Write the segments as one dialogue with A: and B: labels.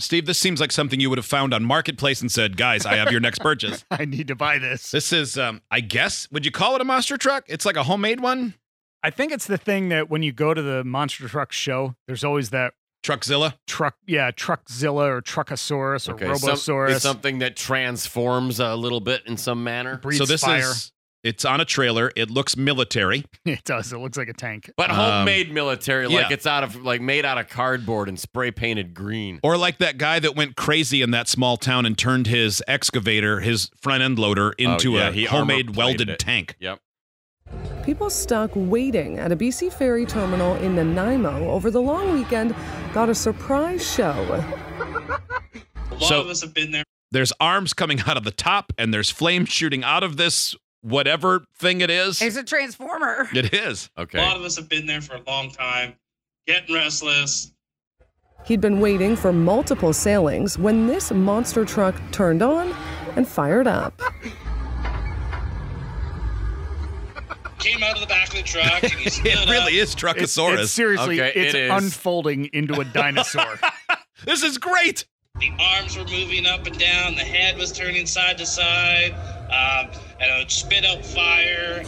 A: Steve, this seems like something you would have found on Marketplace and said, guys, I have your next purchase.
B: I need to buy this.
A: This is, um, I guess, would you call it a monster truck? It's like a homemade one?
B: I think it's the thing that when you go to the monster truck show, there's always that
A: Truckzilla?
B: truck, yeah, truckzilla or truckosaurus or
C: some-
B: robosaurus.
C: it's something that transforms a little bit in some manner,
B: breathes
A: so this
B: fire.
A: is, it's on a trailer. It looks military.
B: it does. It looks like a tank.
C: but
A: Um,
C: homemade military,
A: yeah.
C: like it's out of like made out of cardboard and spray painted green.
A: Or like that guy that went crazy in that small town and turned his excavator, his front end loader, into
C: Oh, yeah,
A: a
C: he
A: homemade
C: armor-plated
A: welded
C: it.
A: tank.
C: Yep.
D: People stuck waiting at a BC ferry terminal in Nanaimo over the long weekend got a surprise show.
E: A lot
A: So-
E: of us have been there.
A: There's arms coming out of the top, and there's flame shooting out of this whatever thing it is.
F: It's a transformer.
A: It is.
C: Okay.
E: A lot of us have been there for a long time, getting restless.
D: He'd been waiting for multiple sailings when this monster truck turned on and fired up.
E: Came out of the back of the truck and he stood
A: It really
E: up.
A: is
B: It's,
A: Truckosaurus.
B: it's seriously,
C: Okay,
B: it's
C: it is.
B: unfolding into a dinosaur.
A: this is great.
E: The arms were moving up and down. The head was turning side to side. Um, and it would spit out fire.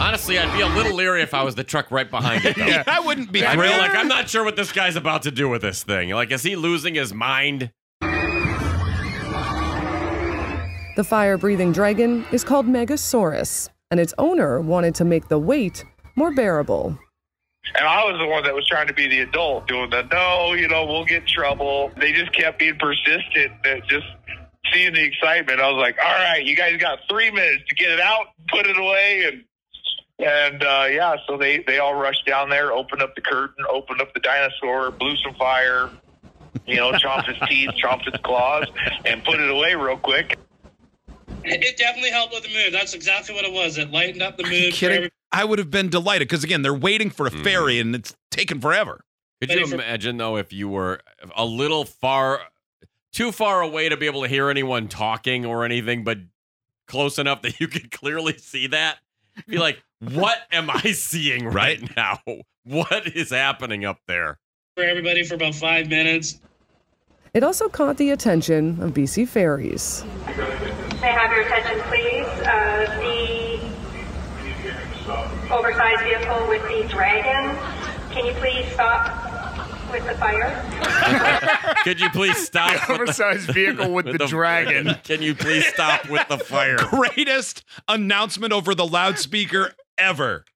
C: Honestly, I'd be a little leery if I was the truck right behind it. Though.
A: I wouldn't be
C: I'd be
A: thrilled.
C: like, I'm not sure what this guy's about to do with this thing. Like, is he losing his mind?
D: The fire breathing dragon is called Megasaurus, and its owner wanted to make the wait more bearable.
G: And I was the one that was trying to be the adult, doing the no, you know, we'll get in trouble. They just kept being persistent. That just seeing the excitement, I was like, all right, you guys got three minutes to get it out, put it away, and and uh, yeah. So they they all rushed down there, opened up the curtain, opened up the dinosaur, blew some fire, you know, chomped its teeth, chomped its claws, and put it away real quick.
E: It definitely helped with the mood. That's exactly what it was. It lightened up the
A: Are you
E: mood. for
A: kidding? I would have been delighted because again, they're waiting for a
C: Mhm.
A: ferry and it's taken forever.
C: Could
E: Ready
C: you
E: for-
C: imagine though if you were a little far, too far away to be able to hear anyone talking or anything, but close enough that you could clearly see that? Be like, what am I seeing right, now? What is happening up there?
E: for everybody for about five minutes.
D: It also caught the attention of BC ferries.
H: May I have your attention, please? Uh, the oversized vehicle with the dragon, can you please stop with the fire?
C: Could you please stop?
B: The oversized vehicle with, the, dragon.
C: Can you please stop with the fire?
A: Greatest announcement over the loudspeaker ever.